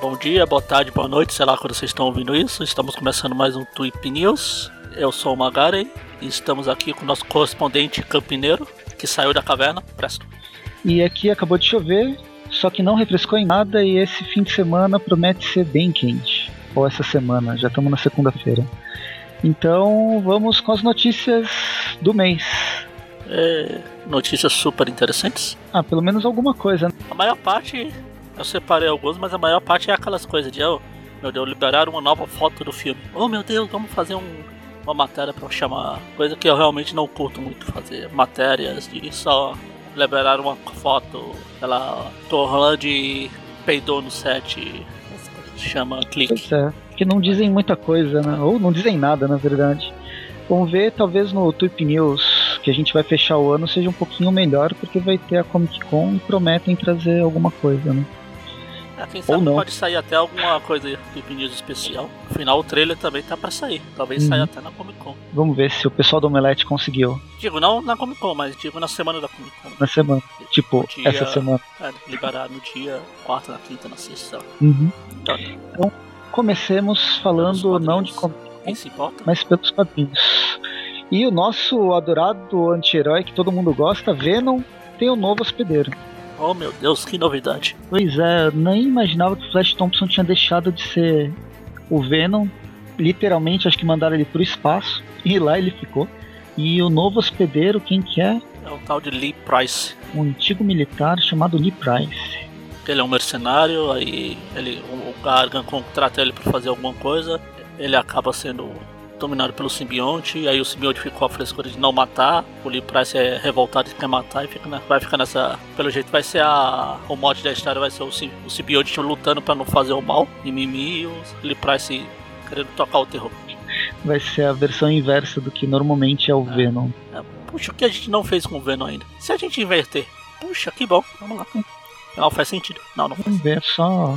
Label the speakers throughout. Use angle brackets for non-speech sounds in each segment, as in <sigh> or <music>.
Speaker 1: Bom dia, boa tarde, boa noite, sei lá quando vocês estão ouvindo isso. Estamos começando mais um Tweep News. Eu sou o Magari e estamos aqui com o nosso correspondente campineiro, que saiu da caverna. Presto.
Speaker 2: E aqui acabou de chover, só que não refrescou em nada e esse fim de semana promete ser bem quente. Ou essa semana, já estamos na segunda-feira. Então vamos com as notícias do mês.
Speaker 1: É, notícias super interessantes.
Speaker 2: Ah, pelo menos alguma coisa. né?
Speaker 1: A maior parte, eu separei alguns, mas a maior parte é aquelas coisas de, oh, meu Deus, liberaram uma nova foto do filme. Oh, meu Deus, vamos fazer um- uma matéria pra chamar. Coisa que eu realmente não curto muito fazer. Matérias de só liberar uma foto, sei lá, Tom Holland peidou no set. Chama clique.
Speaker 2: Pois é, que não dizem muita coisa, né? Ou não dizem nada, na verdade. Vamos ver, talvez no Tweep News, que a gente vai fechar o ano, seja um pouquinho melhor, porque vai ter a Comic Con e prometem trazer alguma coisa, né?
Speaker 1: É, quem sabe
Speaker 2: não.
Speaker 1: pode sair até alguma coisa aí, Clip News especial. Afinal, o trailer também tá pra sair. Talvez
Speaker 2: Uhum.
Speaker 1: saia até na Comic Con.
Speaker 2: Vamos ver se o pessoal do Omelete conseguiu
Speaker 1: Digo, não na Comic Con, mas digo na semana da Comic Con. né?
Speaker 2: na semana. Tipo,
Speaker 1: Dia-
Speaker 2: essa semana.
Speaker 1: É, liberar no dia, quarta, na quinta, na sexta.
Speaker 2: Uhum.
Speaker 1: Então,
Speaker 2: Comecemos falando
Speaker 1: Pelos
Speaker 2: não de
Speaker 1: quadrinhos.
Speaker 2: Comic
Speaker 1: quem se importa?
Speaker 2: mas pelos quadrinhos. E o nosso adorado anti-herói que todo mundo gosta, Venom, tem um novo hospedeiro.
Speaker 1: Oh meu Deus, que novidade.
Speaker 2: Pois é, eu nem imaginava que o Flash Thompson tinha deixado de ser o Venom. Literalmente, acho que mandaram ele pro espaço e lá ele ficou. E o novo hospedeiro, quem que é?
Speaker 1: É o tal de Lee Price.
Speaker 2: Um antigo militar chamado Lee Price.
Speaker 1: Ele é um mercenário, aí ele, o o Gargan contrata ele pra fazer alguma coisa. Ele acaba sendo dominado pelo simbionte, aí o simbionte ficou a frescura de não matar. O Lee Price é revoltado e quer matar e fica na- vai ficar nessa. Pelo jeito vai ser a. O mote da história vai ser o, sim- o simbionte lutando pra não fazer o mal. E Mimi e o Lee Price querendo tocar o terror.
Speaker 2: Vai ser a versão inversa do que normalmente é o
Speaker 1: Ah.
Speaker 2: Venom.
Speaker 1: Puxa, o que a gente não fez com o Venom ainda? Se a gente inverter, puxa, que bom, vamos lá. Não, faz sentido. Não, não faz.
Speaker 2: Vamos ver só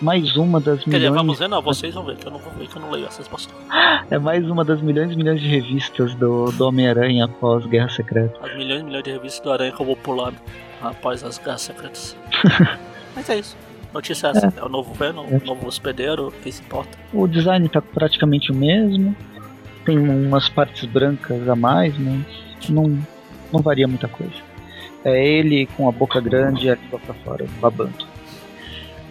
Speaker 2: mais uma das
Speaker 1: Quer dizer,
Speaker 2: milhões.
Speaker 1: vamos ver? Não, vocês vão ver, que eu não vou ver, que eu não leio essas bosta.
Speaker 2: É mais uma das milhões e milhões de revistas do, do Homem-Aranha após Guerra Secreta.
Speaker 1: As milhões e milhões de revistas do Aranha que eu vou pulando após as garras
Speaker 2: <laughs>
Speaker 1: secretas. Mas é isso. Notícia é essa. É o novo Venom, o novo hospedeiro, quem se importa.
Speaker 2: O design tá praticamente o mesmo. Tem um, umas partes brancas a mais, mas não, não varia muita coisa. É ele com a boca grande e a língua pra fora, babando.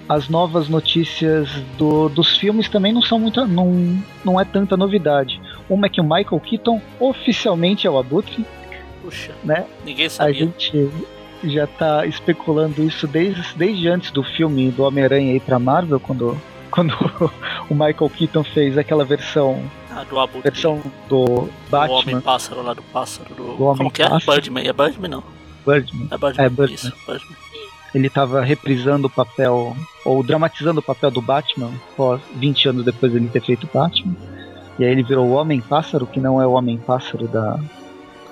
Speaker 2: As novas notícias do- dos filmes também não são muita. Não, não é tanta novidade. Uma é que o Michael Keaton oficialmente é o Abutre.
Speaker 1: Puxa,
Speaker 2: Né?
Speaker 1: ninguém
Speaker 2: A
Speaker 1: sabia.
Speaker 2: gente já tá especulando isso desde, desde antes do filme do Homem-Aranha ir pra Marvel, quando, <laughs> quando o Michael Keaton fez aquela versão,
Speaker 1: Ah, do Abutre,
Speaker 2: versão do
Speaker 1: do
Speaker 2: Batman,
Speaker 1: Homem-Pássaro lá do Pássaro. Do...
Speaker 2: Do Homem
Speaker 1: Como que é?
Speaker 2: Pássaro.
Speaker 1: Birdman. É Birdman não.
Speaker 2: Birdman.
Speaker 1: É Birdman.
Speaker 2: É, Birdman.
Speaker 1: Isso, Birdman.
Speaker 2: Ele tava reprisando o papel, ou dramatizando o papel do Batman, pós 20 anos depois dele ter feito Batman. E aí ele virou o Homem-Pássaro, que não é o Homem-Pássaro da,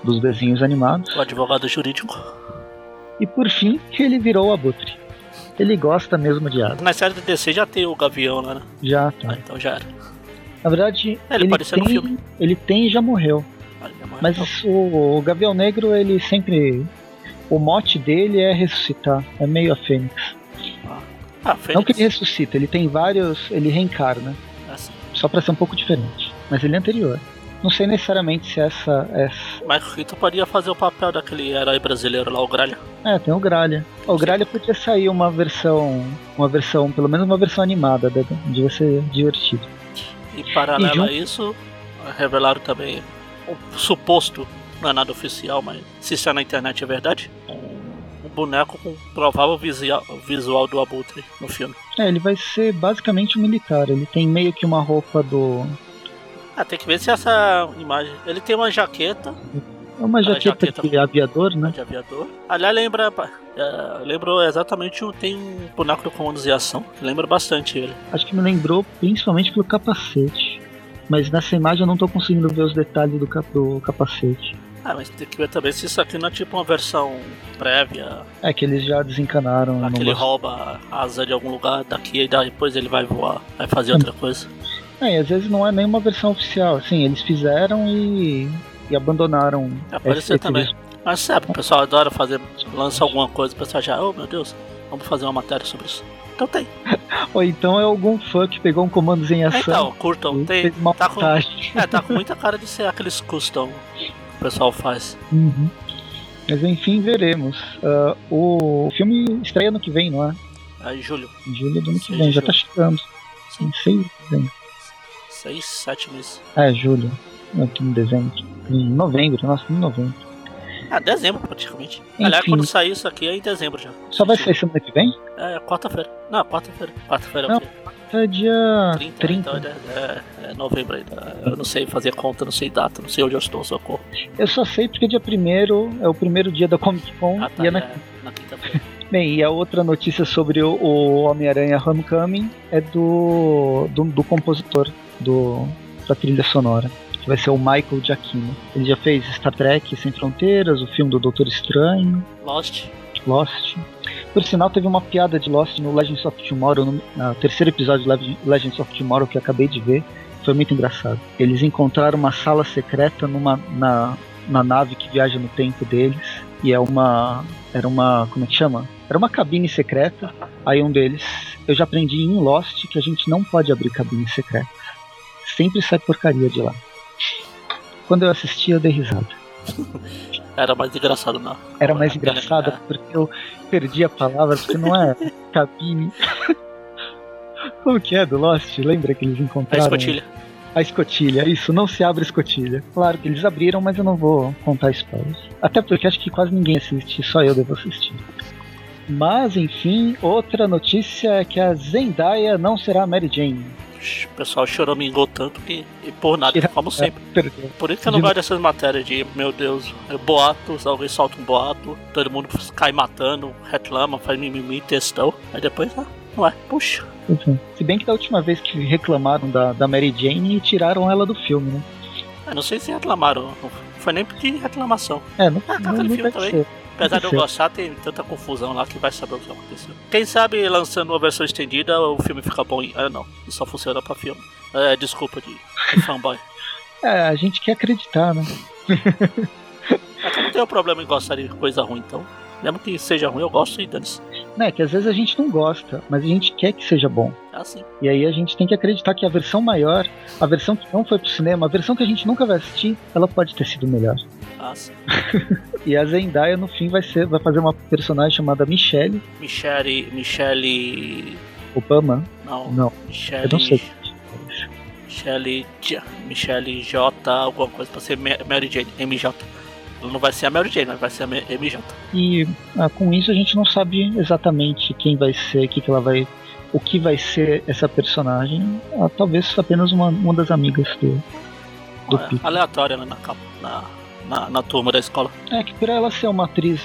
Speaker 2: dos desenhos animados.
Speaker 1: O advogado jurídico.
Speaker 2: E por fim, ele virou o Abutre. Ele gosta mesmo de asa.
Speaker 1: Na série do DC já tem o Gavião lá, né?
Speaker 2: Já
Speaker 1: Ah,
Speaker 2: tá.
Speaker 1: então já era.
Speaker 2: Na verdade,
Speaker 1: É, Ele apareceu no
Speaker 2: tem,
Speaker 1: filme.
Speaker 2: ele tem e já morreu.
Speaker 1: Ah, já morreu.
Speaker 2: Mas o, o Gavião Negro, ele sempre. O mote dele é ressuscitar. É meio a Fênix.
Speaker 1: Ah,
Speaker 2: Não que
Speaker 1: Fênix.
Speaker 2: ele ressuscita, ele tem vários. Ele reencarna.
Speaker 1: Ah, sim.
Speaker 2: Só pra ser um pouco diferente. Mas ele é anterior. Não sei necessariamente se essa. essa...
Speaker 1: Michael Keaton podia fazer o papel daquele herói brasileiro lá, o Gralha.
Speaker 2: É, tem o Gralha. O Gralha podia sair uma versão. Uma versão, pelo menos uma versão animada. né? Devia ser divertido.
Speaker 1: E paralelo
Speaker 2: E jun-
Speaker 1: a isso, revelaram também o suposto, não é nada oficial, mas se está na internet é verdade, um, um boneco com provável visual, visual do Abutre no filme.
Speaker 2: É, ele vai ser basicamente um militar. Ele tem meio que uma roupa do.
Speaker 1: Ah, tem que ver se essa imagem. Ele tem uma jaqueta
Speaker 2: É uma
Speaker 1: Aquela
Speaker 2: jaqueta,
Speaker 1: jaqueta.
Speaker 2: de aviador, né?
Speaker 1: de aviador. Aliás, lembra. é, lembrou exatamente o. Tem um boneco do comando de ação. que Lembra bastante ele.
Speaker 2: Acho que me lembrou principalmente pelo capacete. Mas nessa imagem eu não tô conseguindo ver os detalhes do, cap- do capacete.
Speaker 1: Ah, mas tem que ver também se isso aqui não é tipo uma versão prévia
Speaker 2: É que eles já desencanaram. né,
Speaker 1: Lá
Speaker 2: não
Speaker 1: que ele
Speaker 2: gosto.
Speaker 1: rouba a asa de algum lugar daqui e daí depois ele vai voar, vai
Speaker 2: Hum.
Speaker 1: fazer outra coisa.
Speaker 2: É, e às vezes não é nenhuma versão oficial. Assim, eles fizeram e e abandonaram.
Speaker 1: Apareceu
Speaker 2: esse-
Speaker 1: É, também.
Speaker 2: esse-
Speaker 1: Mas sabe, o pessoal adora fazer, lança alguma coisa, o pessoal já, oh meu Deus, vamos fazer uma matéria sobre isso. Então tem.
Speaker 2: Tá Ou então é algum fã que pegou um comando em ação
Speaker 1: Então, curtam,
Speaker 2: e
Speaker 1: tem.
Speaker 2: fez uma
Speaker 1: Tá com,
Speaker 2: montagem.
Speaker 1: é, tá com muita cara de ser aqueles custom que o pessoal faz.
Speaker 2: Uhum. Mas enfim, veremos. Ah, o filme estreia ano que vem, não é?
Speaker 1: Aí, Júlio,
Speaker 2: Em julho do ano que
Speaker 1: Sim,
Speaker 2: vem, já
Speaker 1: julho.
Speaker 2: tá chegando.
Speaker 1: Sim.
Speaker 2: Em seis de dezembro.
Speaker 1: seis, sete meses.
Speaker 2: Ah, é julho. Aqui em dezembro. Em novembro, né? nossa, em novembro.
Speaker 1: Ah, dezembro praticamente.
Speaker 2: Enfim.
Speaker 1: Aliás, quando sair isso aqui é em dezembro já.
Speaker 2: Só vai sair semana que vem?
Speaker 1: É, quarta-feira. Não, quarta-feira. Quarta-feira é
Speaker 2: Não,
Speaker 1: o quê?
Speaker 2: É dia
Speaker 1: 30,
Speaker 2: 30.
Speaker 1: então é, é, é novembro ainda. Eu não sei fazer conta, não sei data, não sei onde eu estou, socorro.
Speaker 2: Eu só sei porque dia 1 é o primeiro dia da Comic Con.
Speaker 1: Ah, tá,
Speaker 2: e, é
Speaker 1: é,
Speaker 2: na...
Speaker 1: na quinta-feira.
Speaker 2: Bem, e a outra notícia sobre o, o Homem-Aranha Homecoming é do, do, do compositor do, da trilha sonora. Que vai ser o Michael Giacchino. Ele já fez Star Trek Sem Fronteiras, o filme do Doutor Estranho,
Speaker 1: Lost.
Speaker 2: Lost. Por sinal, teve uma piada de Lost no Legends of Tomorrow, no, no terceiro episódio de Leg- Legends of Tomorrow que eu acabei de ver. Foi muito engraçado. Eles encontraram uma sala secreta numa, na, na nave que viaja no tempo deles. E é uma. Era uma. Como é que chama? Era uma cabine secreta. Aí um deles. Eu já aprendi em Lost que a gente não pode abrir cabine secreta. Sempre sai porcaria de lá. Quando eu assisti, eu dei risada.
Speaker 1: Era mais engraçado, não.
Speaker 2: Era mais
Speaker 1: Aquela-
Speaker 2: engraçada porque eu perdi a palavra, porque
Speaker 1: <laughs>
Speaker 2: não é cabine. Como que é do Lost? Lembra que eles
Speaker 1: A
Speaker 2: encontraram?
Speaker 1: escotilha.
Speaker 2: A escotilha, isso, não se abre escotilha. Claro que eles abriram, mas eu não vou contar spoilers. Até porque acho que quase ninguém assiste, só eu devo assistir. Mas, enfim, outra notícia é que a Zendaya não será a Mary Jane.
Speaker 1: O pessoal choromingou tanto que, e por nada,
Speaker 2: Tira-
Speaker 1: como sempre.
Speaker 2: Perdeu.
Speaker 1: Por isso que eu não
Speaker 2: de-
Speaker 1: gosto dessas matérias de, meu Deus, é boatos, alguém solta um boato, todo mundo cai matando, reclama, faz mimimi, textão. Aí depois, ah, não é, puxa.
Speaker 2: Enfim. Se bem que da última vez que reclamaram da, da Mary Jane, tiraram ela do filme, né?
Speaker 1: Eu não sei se reclamaram, não foi nem pedir reclamação.
Speaker 2: É, não,
Speaker 1: Ah, tá,
Speaker 2: não,
Speaker 1: aquele
Speaker 2: não
Speaker 1: filme
Speaker 2: deve
Speaker 1: também.
Speaker 2: ser.
Speaker 1: Apesar de eu
Speaker 2: Aconteceu.
Speaker 1: gostar, tem tanta confusão lá que vai saber o que aconteceu. Quem sabe lançando uma versão estendida o filme fica bom. em- Ah, não, isso só funciona pra filme. É, desculpa de, de fanboy.
Speaker 2: É, a gente quer acreditar, né?
Speaker 1: É que eu não tenho problema em gostar de coisa ruim, então. Mesmo que seja ruim, eu gosto e dane-se.
Speaker 2: né? Que às vezes a gente não gosta, mas a gente quer que seja bom.
Speaker 1: É assim.
Speaker 2: E aí a gente tem que acreditar que a versão maior, a versão que não foi pro cinema, a versão que a gente nunca vai assistir, ela pode ter sido melhor.
Speaker 1: é assim.
Speaker 2: E a Zendaya no fim vai ser, vai fazer uma personagem chamada Michelle
Speaker 1: Michele. Michele.
Speaker 2: Obama,
Speaker 1: Não.
Speaker 2: não, é
Speaker 1: Michele.
Speaker 2: eu não sei.
Speaker 1: Michele. J- Michele J. Alguma coisa pra ser Ma- Mary Jane. MJ. Ela não vai ser a Mary Jane, mas vai ser a M- MJ.
Speaker 2: E ah, com isso a gente não sabe exatamente quem vai ser, o que, que ela vai, o que vai ser essa personagem. Ah, talvez apenas uma, uma das amigas do, do
Speaker 1: É,
Speaker 2: Peter.
Speaker 1: aleatória né, na, capa- na, na, na turma da escola.
Speaker 2: É que pra ela ser uma atriz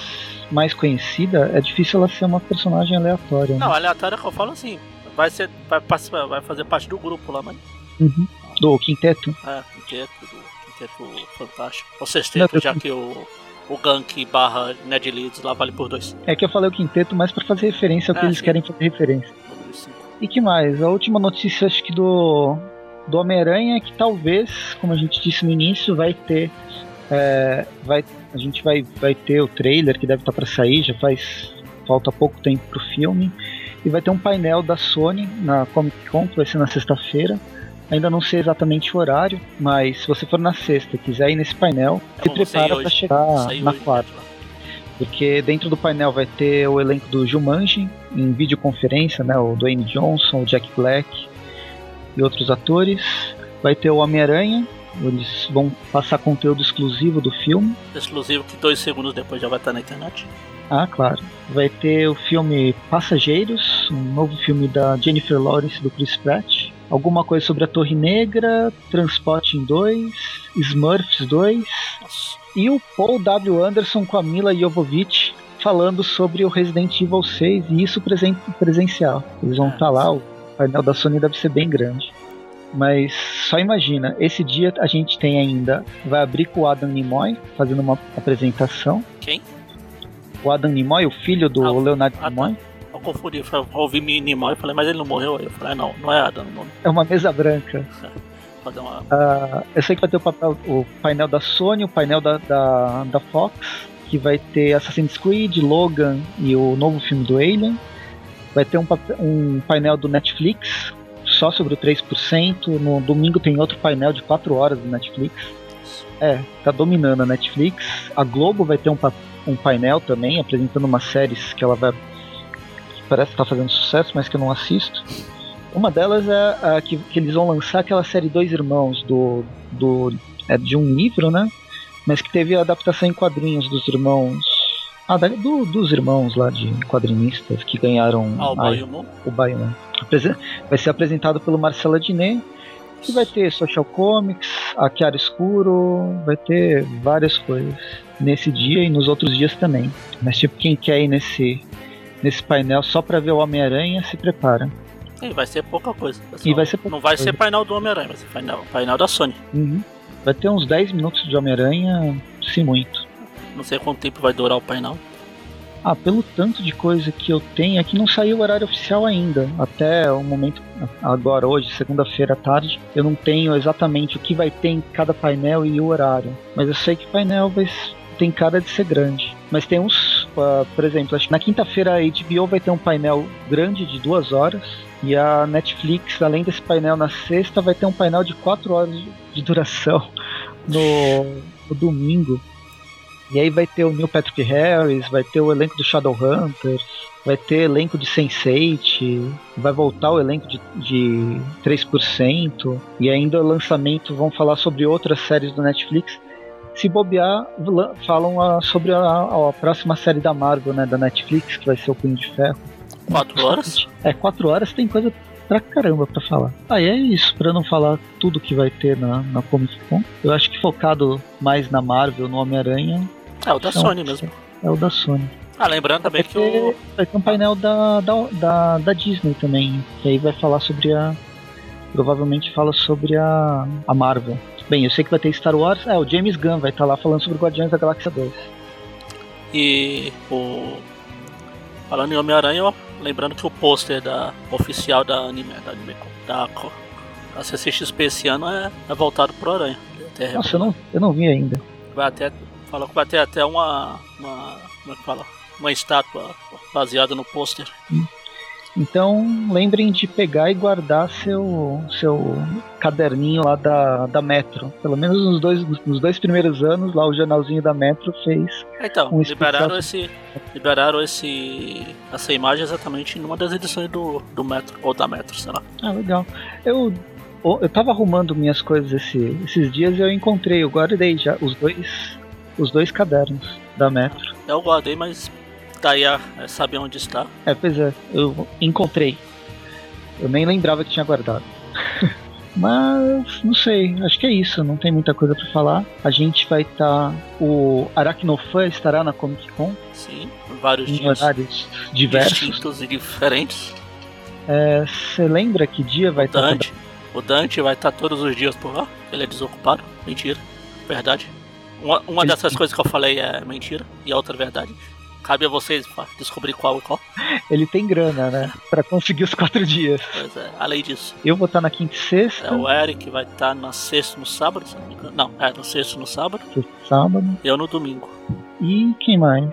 Speaker 2: mais conhecida, é difícil ela ser uma personagem aleatória. né?
Speaker 1: Não, aleatória que eu falo assim. Vai, ser, vai, participar- vai fazer parte do grupo lá, mas.
Speaker 2: Uhum. Do quinteto.
Speaker 1: É, quinteto, do quinteto fantástico. Ou sexteto,
Speaker 2: Não,
Speaker 1: já que o, o gank barra Ned Leeds lá vale por dois.
Speaker 2: É que eu falei o quinteto mais pra fazer referência ao
Speaker 1: Ah,
Speaker 2: que eles
Speaker 1: sim.
Speaker 2: querem fazer referência.
Speaker 1: Número cinco.
Speaker 2: E que mais? A última notícia acho que do do Homem-Aranha é que talvez, como a gente disse no início, vai ter é, vai a gente vai vai ter o trailer que deve estar pra sair, já faz falta pouco tempo pro filme e vai ter um painel da Sony na Comic Con que vai ser na sexta-feira. Ainda não sei exatamente o horário, mas se você for na sexta e quiser ir nesse painel, se
Speaker 1: bom, É um, não sei
Speaker 2: prepara
Speaker 1: hoje.
Speaker 2: pra chegar
Speaker 1: Saiu
Speaker 2: na
Speaker 1: hoje, né?
Speaker 2: quarta. porque dentro do painel vai ter o elenco do Jumanji em videoconferência, né, o Dwayne Johnson, o Jack Black e outros atores. Vai ter o Homem-Aranha, eles vão passar conteúdo exclusivo do filme.
Speaker 1: Exclusivo que dois segundos depois já vai estar na internet.
Speaker 2: Ah, claro. Vai ter o filme Passageiros, um novo filme da Jennifer Lawrence e do Chris Pratt. Alguma coisa sobre a Torre Negra, Transporte em 2, Smurfs 2,
Speaker 1: Nossa.
Speaker 2: e o Paul W. Anderson com a Mila Jovovich falando sobre o Resident Evil 6 e isso presen- presencial. Eles vão
Speaker 1: Ah,
Speaker 2: estar lá,
Speaker 1: sim.
Speaker 2: o painel da Sony deve ser bem grande. Mas só imagina, esse dia a gente tem ainda, vai abrir com o Adam Nimoy fazendo uma apresentação.
Speaker 1: Quem?
Speaker 2: O Adam Nimoy, o filho do
Speaker 1: Ah, o-
Speaker 2: Leonardo
Speaker 1: ah, tá.
Speaker 2: Nimoy,
Speaker 1: Eu confundi, eu falei, eu ouvi minimal e falei, mas ele não morreu aí. Eu falei, ah, não, não é Adam o nome.
Speaker 2: é uma mesa branca.
Speaker 1: fazer uma.
Speaker 2: Ah, eu sei que vai ter o, papel- o painel da Sony, o painel da, da, da Fox, que vai ter Assassin's Creed, Logan e o novo filme do Alien. Vai ter um, papel- um painel do Netflix, só sobre o 3%. No domingo tem outro painel de 4 horas do Netflix. É, tá dominando a Netflix. A Globo vai ter um, pa- um painel também, apresentando umas séries que ela vai. que parece que tá fazendo sucesso, mas que eu não assisto. Uma delas é a que, que eles vão lançar aquela série Dois Irmãos, do, do, é de um livro, né? Mas que teve a adaptação em quadrinhos dos irmãos. Ah, da- do- dos irmãos lá de quadrinistas que ganharam
Speaker 1: Ah, o
Speaker 2: a-
Speaker 1: Baiumu.
Speaker 2: o Baiano. Apresen- Vai ser apresentado pelo Marcela Diné, que vai ter Social Comics, a Chiara Escuro, vai ter várias coisas nesse dia e nos outros dias também. Mas tipo, quem quer ir nesse, nesse painel só pra ver o Homem-Aranha, se prepara.
Speaker 1: E vai ser pouca coisa.
Speaker 2: E vai ser pouca
Speaker 1: Não vai
Speaker 2: coisa.
Speaker 1: ser painel do Homem-Aranha, vai ser painel, painel da Sony.
Speaker 2: Uhum. Vai ter uns 10 minutos de Homem-Aranha, se muito.
Speaker 1: Não sei quanto tempo vai durar o painel.
Speaker 2: Ah, pelo tanto de coisa que eu tenho, é que não saiu o horário oficial ainda. Até o momento, agora, hoje, segunda-feira à tarde, eu não tenho exatamente o que vai ter em cada painel e o horário. Mas eu sei que painel vai, s- tem cara de ser grande. Mas tem uns, ah, por exemplo, acho que na quinta-feira a HBO vai ter um painel grande de duas horas. E a Netflix, além desse painel na sexta, vai ter um painel de quatro horas de- de duração <laughs> no- no domingo. E aí vai ter o Neil Patrick Harris, vai ter o elenco do Shadowhunter, vai ter elenco de Sense8, vai voltar o elenco de, de 3%, e ainda o lançamento vão falar sobre outras séries do Netflix. Se bobear, lan- falam ah, sobre a, a próxima série da Marvel, né, da Netflix, que vai ser o Punho de Ferro.
Speaker 1: Quatro horas?
Speaker 2: É, quatro horas tem coisa pra caramba pra falar. Aí é isso, pra não falar tudo que vai ter na, na Comic Con. Eu acho que focado mais na Marvel, no Homem-Aranha,
Speaker 1: É, o da
Speaker 2: Então,
Speaker 1: Sony mesmo.
Speaker 2: É o da Sony.
Speaker 1: Ah, lembrando também que o.
Speaker 2: Vai ter um painel da, da, da, da Disney também, que aí vai falar sobre a. Provavelmente fala sobre a, a Marvel. Bem, eu sei que vai ter Star Wars. É, o James Gunn vai estar lá falando sobre Guardiões da Galáxia 2.
Speaker 1: E o. Falando em Homem-Aranha, ó, lembrando que o pôster da oficial da anime, da Animecon, da Co- da CCXP esse ano é, é voltado pro Aranha. Até-
Speaker 2: Nossa, eu não, eu não vi ainda.
Speaker 1: vai até. Falou que vai ter até uma. uma como é que fala? Uma estátua baseada no pôster.
Speaker 2: Então, lembrem de pegar e guardar seu, seu caderninho lá da, da Metro. Pelo menos nos dois, nos dois primeiros anos, lá o jornalzinho da Metro fez.
Speaker 1: Então,
Speaker 2: Um
Speaker 1: liberaram esse. Liberaram esse. essa imagem exatamente numa das edições do, do Metro, ou da Metro, sei lá.
Speaker 2: Ah, legal. Eu, eu tava arrumando minhas coisas esse- esses dias e eu encontrei, eu guardei já os dois, os dois cadernos da Metro.
Speaker 1: Eu guardei, mas daí a, é saber onde está.
Speaker 2: É, pois é, eu encontrei. Eu nem lembrava que tinha guardado. <laughs> Mas, não sei, acho que é isso, não tem muita coisa pra falar. A gente vai estar. o Aracnofã estará na Comic Con
Speaker 1: Sim, vários
Speaker 2: em
Speaker 1: dias
Speaker 2: horários diversos. É,
Speaker 1: distintos e diferentes.
Speaker 2: Você lembra que dia vai tá
Speaker 1: O
Speaker 2: estar?
Speaker 1: Dante, o Dante vai estar todos os dias por lá. Ele é desocupado. Mentira. Verdade. Uma, uma
Speaker 2: Ele-
Speaker 1: dessas coisas que eu falei é mentira e a outra é verdade. Cabe a vocês fa- descobrir qual e qual.
Speaker 2: Ele tem grana, né? Pra conseguir os quatro dias.
Speaker 1: Mas, é, além disso,
Speaker 2: Eu vou estar na quinta e sexta.
Speaker 1: é, o Eric vai estar na sexta e no sábado. se não me engano. Não, é no sexto e no sábado.
Speaker 2: sábado.
Speaker 1: Eu no domingo.
Speaker 2: E quem mais?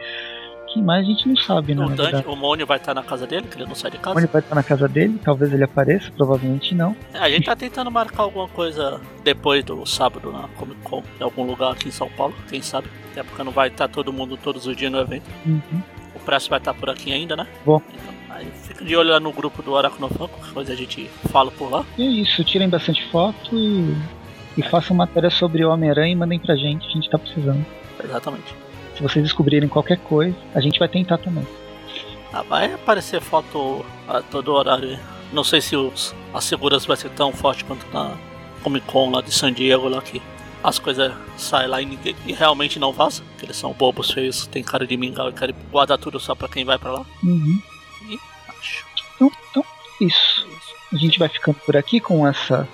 Speaker 2: Quem mais a gente não sabe, né?
Speaker 1: O
Speaker 2: na
Speaker 1: Dante,
Speaker 2: verdade.
Speaker 1: o Mônio vai estar na casa dele, que ele não sai de
Speaker 2: Ou ele
Speaker 1: casa.
Speaker 2: vai estar na casa dele, talvez ele apareça, provavelmente não.
Speaker 1: É, a gente tá tentando marcar alguma coisa depois do sábado na Comic Con, em algum lugar aqui em São Paulo, quem sabe. Até porque não vai estar todo mundo todos os dias no evento.
Speaker 2: Uhum.
Speaker 1: O preço vai estar por aqui ainda, né?
Speaker 2: Bom.
Speaker 1: Então, aí fica de olho lá no grupo do Aracnofan, qualquer coisa a gente fala por lá.
Speaker 2: E é isso, tirem bastante foto e, e façam matéria sobre o Homem-Aranha e mandem pra gente, a gente tá precisando.
Speaker 1: Exatamente.
Speaker 2: Se vocês descobrirem qualquer coisa, a gente vai tentar também.
Speaker 1: Ah, vai aparecer foto a todo horário. hein? Não sei se os, a segurança vai ser tão forte quanto na Comic Con lá de San Diego, lá que as coisas saem lá e, ninguém, e realmente não vazam. porque Eles são bobos feios, tem cara de mingau e querem guardar tudo só pra quem vai pra lá.
Speaker 2: Uhum.
Speaker 1: Acho
Speaker 2: Então, então, isso.
Speaker 1: que é isso.
Speaker 2: A gente vai ficando por aqui com essa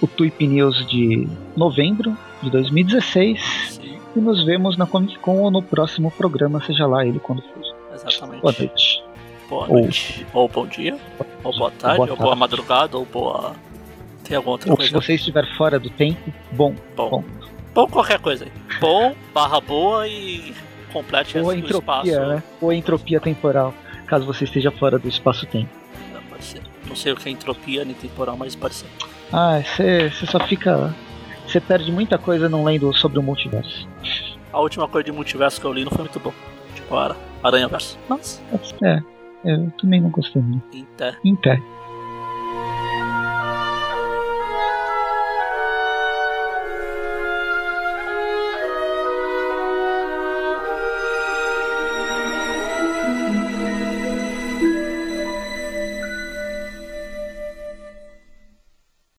Speaker 2: o Tweep News de novembro de 2016
Speaker 1: Sim,
Speaker 2: e nos vemos na Comic Con ou no próximo programa, seja lá ele quando for.
Speaker 1: exatamente.
Speaker 2: Boa noite.
Speaker 1: Boa
Speaker 2: Ou-
Speaker 1: noite. Ou bom dia, ou boa tarde,
Speaker 2: boa
Speaker 1: ou boa
Speaker 2: tarde.
Speaker 1: madrugada, ou boa Tem alguma outra
Speaker 2: Ou se
Speaker 1: coisa?
Speaker 2: você estiver fora do tempo, bom.
Speaker 1: Bom. Bom qualquer coisa aí. Bom, barra boa e complete
Speaker 2: Ou a
Speaker 1: o espaço.
Speaker 2: entropia, né? Ou a entropia temporal, caso você esteja fora do espaço-tempo.
Speaker 1: Não, pode ser. Não sei o que é entropia nem temporal, mas pode ser.
Speaker 2: Ah, você só fica. Você perde muita coisa não lendo sobre o multiverso.
Speaker 1: A última coisa de multiverso que eu li não foi muito bom. Tipo, era Aranha Verso. Mas,
Speaker 2: É, eu é, também não gostei muito.
Speaker 1: em té.
Speaker 2: Em pé.